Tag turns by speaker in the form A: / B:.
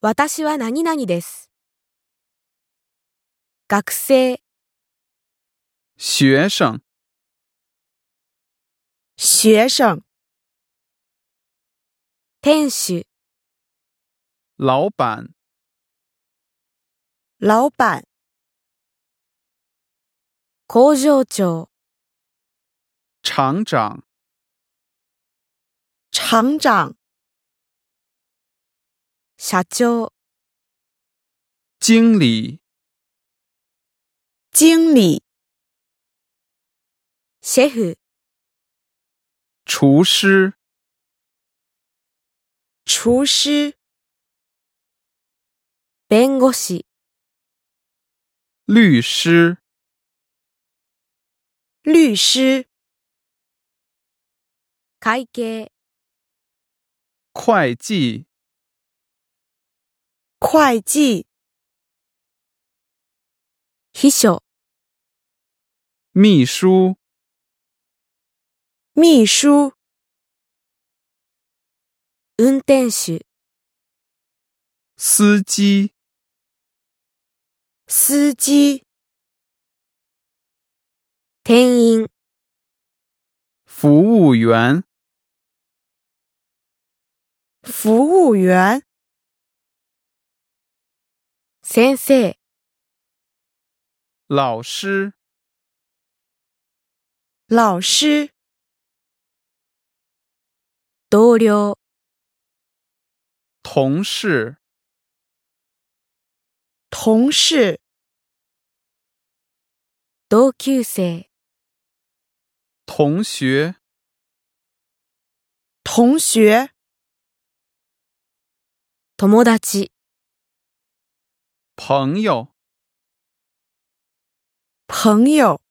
A: 私は何々です。学生、
B: 学生、
C: 学生、
A: 店主、
B: 老板、
C: 老板、
A: 工場長、
B: 厂长、
C: 厂长、
A: 社長、
B: 经理、
C: 经理、
A: シェフ、
B: 厨师、
C: 厨师、
A: 弁護士、
B: 律师、
C: 律师、
A: 会計、
B: 会计、
C: 会计、
A: 秘書、
B: 秘书、
C: 秘书、
A: 運転手、
B: 司机、
C: 司机、
A: 店員、
B: 服务员、
C: 服务员、
A: 先生、
B: 老师、
C: 老师、
A: 同僚、
B: 同事、
C: 同事、
A: 同級生、
B: 同学、
C: 同学、
A: 友達、
B: 朋友。
C: 朋友。